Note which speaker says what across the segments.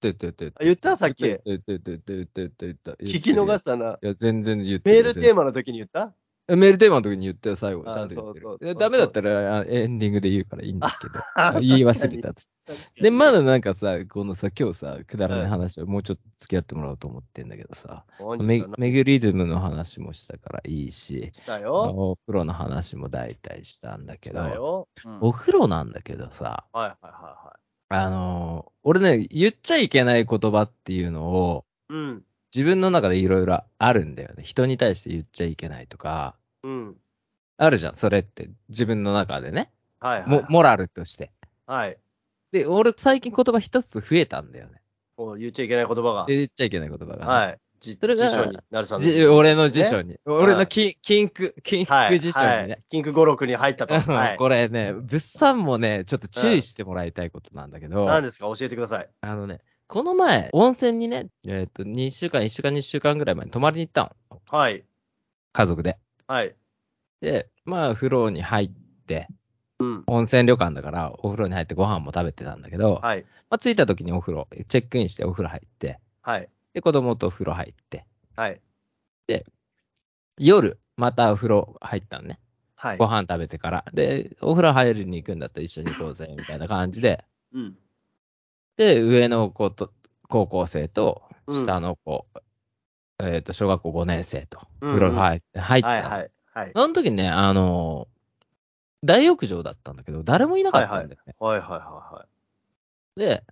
Speaker 1: てってってって。
Speaker 2: あ言ったさっき。
Speaker 1: てってってってってって言った。
Speaker 2: 聞き逃
Speaker 1: す。
Speaker 2: したな。
Speaker 1: いや、全然言って
Speaker 2: メールテー
Speaker 1: マ。
Speaker 2: マの時に言った
Speaker 1: メールテーマの時に言ったよ、最後。
Speaker 2: あ
Speaker 1: ちゃんと言って
Speaker 2: そ
Speaker 1: る。
Speaker 2: うそうそ
Speaker 1: で
Speaker 2: う
Speaker 1: ダメだったらあエンディングで言うからいいんだ けど。言い忘れた。で、
Speaker 2: で、
Speaker 1: ま
Speaker 2: まだ。
Speaker 1: だなんかさ、このさ、今日さ、くだらない話をもうちょっと付き合ってもらおうと思ってんだけどさ、めメグリズムの話もしたからいいし、
Speaker 2: した
Speaker 1: あ
Speaker 2: よ。
Speaker 1: のお風呂の話も大体したんだけ
Speaker 2: 来
Speaker 1: ど、
Speaker 2: たよ。うん
Speaker 1: お風呂なんだけどさ、
Speaker 2: はいはいは
Speaker 1: あのー俺ね、言っちゃいけない言葉っていうのを、
Speaker 2: いはい。うん。
Speaker 1: 自分の中でいろいろあるんだよね。人に対して言っちゃいけないとか、
Speaker 2: うん。
Speaker 1: あるじゃん、それって。自分の中でね。
Speaker 2: はいはい。
Speaker 1: もモラルとして。
Speaker 2: はい。
Speaker 1: で、俺最近言葉一つ増えたんだよね。
Speaker 2: もう言っちゃいけない言葉が
Speaker 1: で。言っちゃいけない言葉が。
Speaker 2: はい。じ
Speaker 1: それが
Speaker 2: 辞書になるさんの
Speaker 1: じ俺の辞書に。俺のキンキンク、キン
Speaker 2: は
Speaker 1: ク
Speaker 2: い
Speaker 1: 辞書にね。。
Speaker 2: キンク語録に入ったと。はい。
Speaker 1: これね、物産もね、ちょっと注意してもらいたいことなんだけど、
Speaker 2: 何ですか教えてください。
Speaker 1: あのね、この前、温泉にね、えっ、と、2週間、1週間、2週間ぐらい前に泊まりに行ったの。
Speaker 2: はい。
Speaker 1: 家族で。
Speaker 2: はい。
Speaker 1: で、まあ、風呂に入って、
Speaker 2: うん。
Speaker 1: 温泉旅館だから、お風呂に入ってご飯も食べてたんだけど、
Speaker 2: はい。
Speaker 1: まあ、着いた時にお風呂、チェックインしてお風呂入って、
Speaker 2: はい。
Speaker 1: で、子供とお風呂入って、
Speaker 2: はい。
Speaker 1: 夜、またお風呂入ったのね。
Speaker 2: はい
Speaker 1: ご。飯食べてから。で、お風呂入りに行くんだったら一緒に行こうぜ、みたいな感じで。
Speaker 2: うん。
Speaker 1: で、上の子と、高校生と、
Speaker 2: うん
Speaker 1: 下の子、えっ、と、小学校5年生と、
Speaker 2: うんうん
Speaker 1: 風呂入って、入った
Speaker 2: は
Speaker 1: の。
Speaker 2: いはい。はい。
Speaker 1: その時ね、あのー大浴場だったんだけど、誰もいなかったんだよね。
Speaker 2: はいはいは
Speaker 1: で、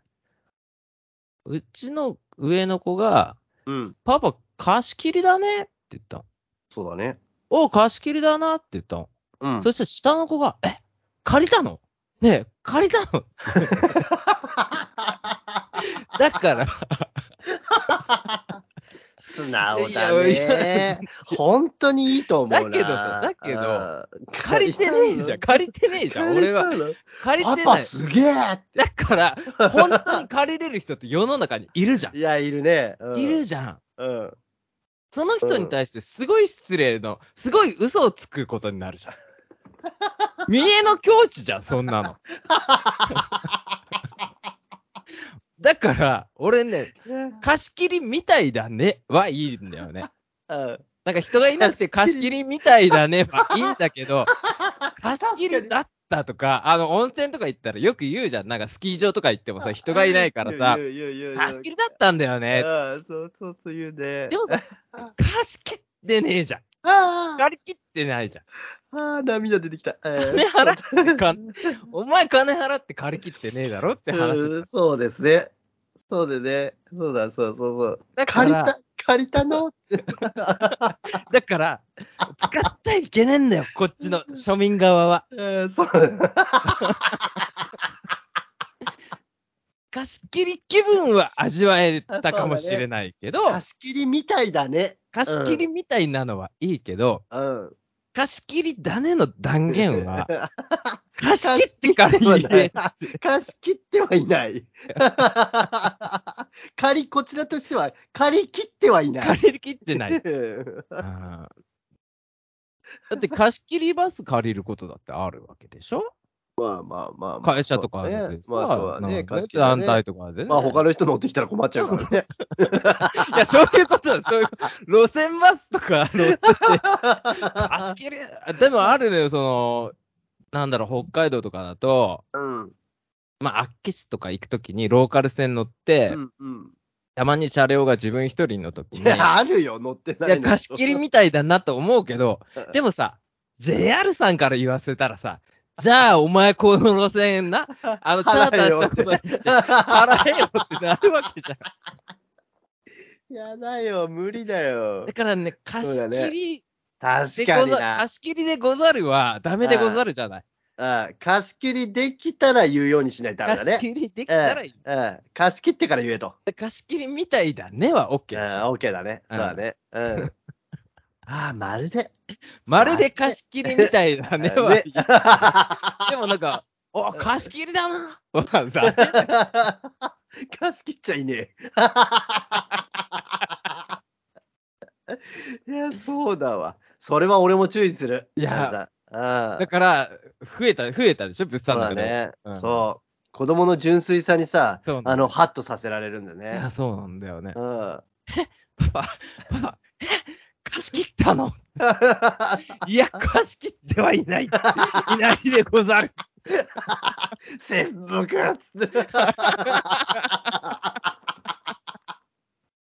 Speaker 1: うちの上の子が、
Speaker 2: いはい。うん。
Speaker 1: パパ、貸し切りだねって言ったの。
Speaker 2: そうだね。
Speaker 1: おう貸し切りだなって言ったの。
Speaker 2: うん。
Speaker 1: そしたら下の子が、え、借りたのねえ、借りた のだから、
Speaker 2: 素直だね。本当にいいと思う
Speaker 1: だ
Speaker 2: な。
Speaker 1: けどさだけど
Speaker 2: あー
Speaker 1: 借りてねえじ ゃん、借りてねえじゃん、俺は。
Speaker 2: 借り
Speaker 1: 借り
Speaker 2: たの
Speaker 1: て
Speaker 2: パ
Speaker 1: な
Speaker 2: パ
Speaker 1: い。
Speaker 2: すげえ
Speaker 1: だ から、本当に借りれる人って世の中にいるじゃ
Speaker 2: いや、いるね。うん
Speaker 1: ん。いるじゃん。
Speaker 2: うん。
Speaker 1: その人に対してすごい失礼の、すごい嘘をつくことになる じゃん。見栄の境地じゃん、そんなの。だから、俺ね、貸し切りみたいだねはいいんだよね。
Speaker 2: うん
Speaker 1: なんか人がいなくて貸し切りみたいだねはいいんだけど、貸し切りだったとか、あの温泉とか行ったらよく言うじゃん。なんかスキー場とか行ってもさ、人がいないからさ、
Speaker 2: 言う言う言う言う
Speaker 1: 貸し切りだったんだよね。
Speaker 2: うんそうそうそう言うね。
Speaker 1: でも さ、貸し切ってねえじゃん。
Speaker 2: あー
Speaker 1: 借り切ってないじゃん。
Speaker 2: あー、涙出てきた。え
Speaker 1: 金払ってか、お前金払って借り切ってねえだろって話。
Speaker 2: うんそうですね。そうでね。そうだ、そうそうそう。
Speaker 1: だか
Speaker 2: 借り
Speaker 1: ら
Speaker 2: た、、借りたの
Speaker 1: だから、使っちゃいけねえんだよ、こっ ちの庶民側は。
Speaker 2: えーそう。
Speaker 1: 貸し切り気分は味わえたかもしれないけど、
Speaker 2: 貸し切りみたいだね。
Speaker 1: 貸し切りみたいなのはいいけど、
Speaker 2: うん。
Speaker 1: 貸し切りだねの断言 は、貸し
Speaker 2: 貸し
Speaker 1: 切って
Speaker 2: 切
Speaker 1: か
Speaker 2: っ
Speaker 1: ら
Speaker 2: て
Speaker 1: 言
Speaker 2: はな
Speaker 1: え
Speaker 2: い。貸し切ってはい ない。借り、こちらとしては、借り切ってはいない。
Speaker 1: 借り切ってない。
Speaker 2: うん
Speaker 1: うんだって貸し切りバス借りることだってあるわけでしょ
Speaker 2: まあまあまあまあ。
Speaker 1: 会社とか
Speaker 2: そう
Speaker 1: で
Speaker 2: だ
Speaker 1: さ
Speaker 2: ね。まあそうだ
Speaker 1: な
Speaker 2: ね。
Speaker 1: んか
Speaker 2: 貸し切りだ
Speaker 1: 団
Speaker 2: ね
Speaker 1: 体とかでね。
Speaker 2: まあ他の人乗ってきたら困っちゃうか らね。
Speaker 1: いや、そういうことだ、そう いう路線バスとか、乗ってて貸し切り、でもあるのよ、その、なんだろう、北海道とかだと、
Speaker 2: うん。
Speaker 1: まあ、厚岸とか行くときにローカル線乗って、
Speaker 2: うんうん。
Speaker 1: たまに車両が自分一人のときに、
Speaker 2: い
Speaker 1: いや、
Speaker 2: や、あるよ、乗ってないの。
Speaker 1: 貸し切りみたいだなと思うけど、でもさ、JR さんから言わせたらさ、じゃあ、お前、この路線な、あの、チャーターしたことにして、払えよってなるわけじゃん。
Speaker 2: やだよ、無理だよ
Speaker 1: だ。からね、貸し
Speaker 2: そうだ
Speaker 1: 切
Speaker 2: ね
Speaker 1: り、
Speaker 2: 確
Speaker 1: で
Speaker 2: か
Speaker 1: ご
Speaker 2: に
Speaker 1: ざ
Speaker 2: な
Speaker 1: 貸。し切りでござるは、ダメでござるじゃない。
Speaker 2: うん貸し切りできたら言うようにしないとダメだ
Speaker 1: 貸し
Speaker 2: ね。
Speaker 1: 切りできたらいい。
Speaker 2: うん貸し切ってから言えと。
Speaker 1: で貸し切りみたいだねは OK
Speaker 2: うん、
Speaker 1: でしょ。
Speaker 2: OK だね。
Speaker 1: うん
Speaker 2: そうだね。 うん。ああ、まるで。
Speaker 1: まるで貸し切りみたいだねは
Speaker 2: ね
Speaker 1: いい。でもなんか、お、貸し切りだな。わざ
Speaker 2: 貸し切っちゃいねえ。い や、そうだわ。それは俺も注意する。
Speaker 1: いや
Speaker 2: あれだ、
Speaker 1: だから、増えた、増えたでしょ、物産
Speaker 2: そう
Speaker 1: だ
Speaker 2: だ
Speaker 1: けど。
Speaker 2: ね。
Speaker 1: うん
Speaker 2: そう。子供の純粋さにさ、
Speaker 1: そうなんだ
Speaker 2: あの、ハッとさせられるんだよ
Speaker 1: い や、
Speaker 2: ね。
Speaker 1: そうなんだよね
Speaker 2: う。ん。
Speaker 1: パパ、パパ、え貸し切った のいや、貸し切ってはいない。いないでござる。
Speaker 2: 切腹っつって。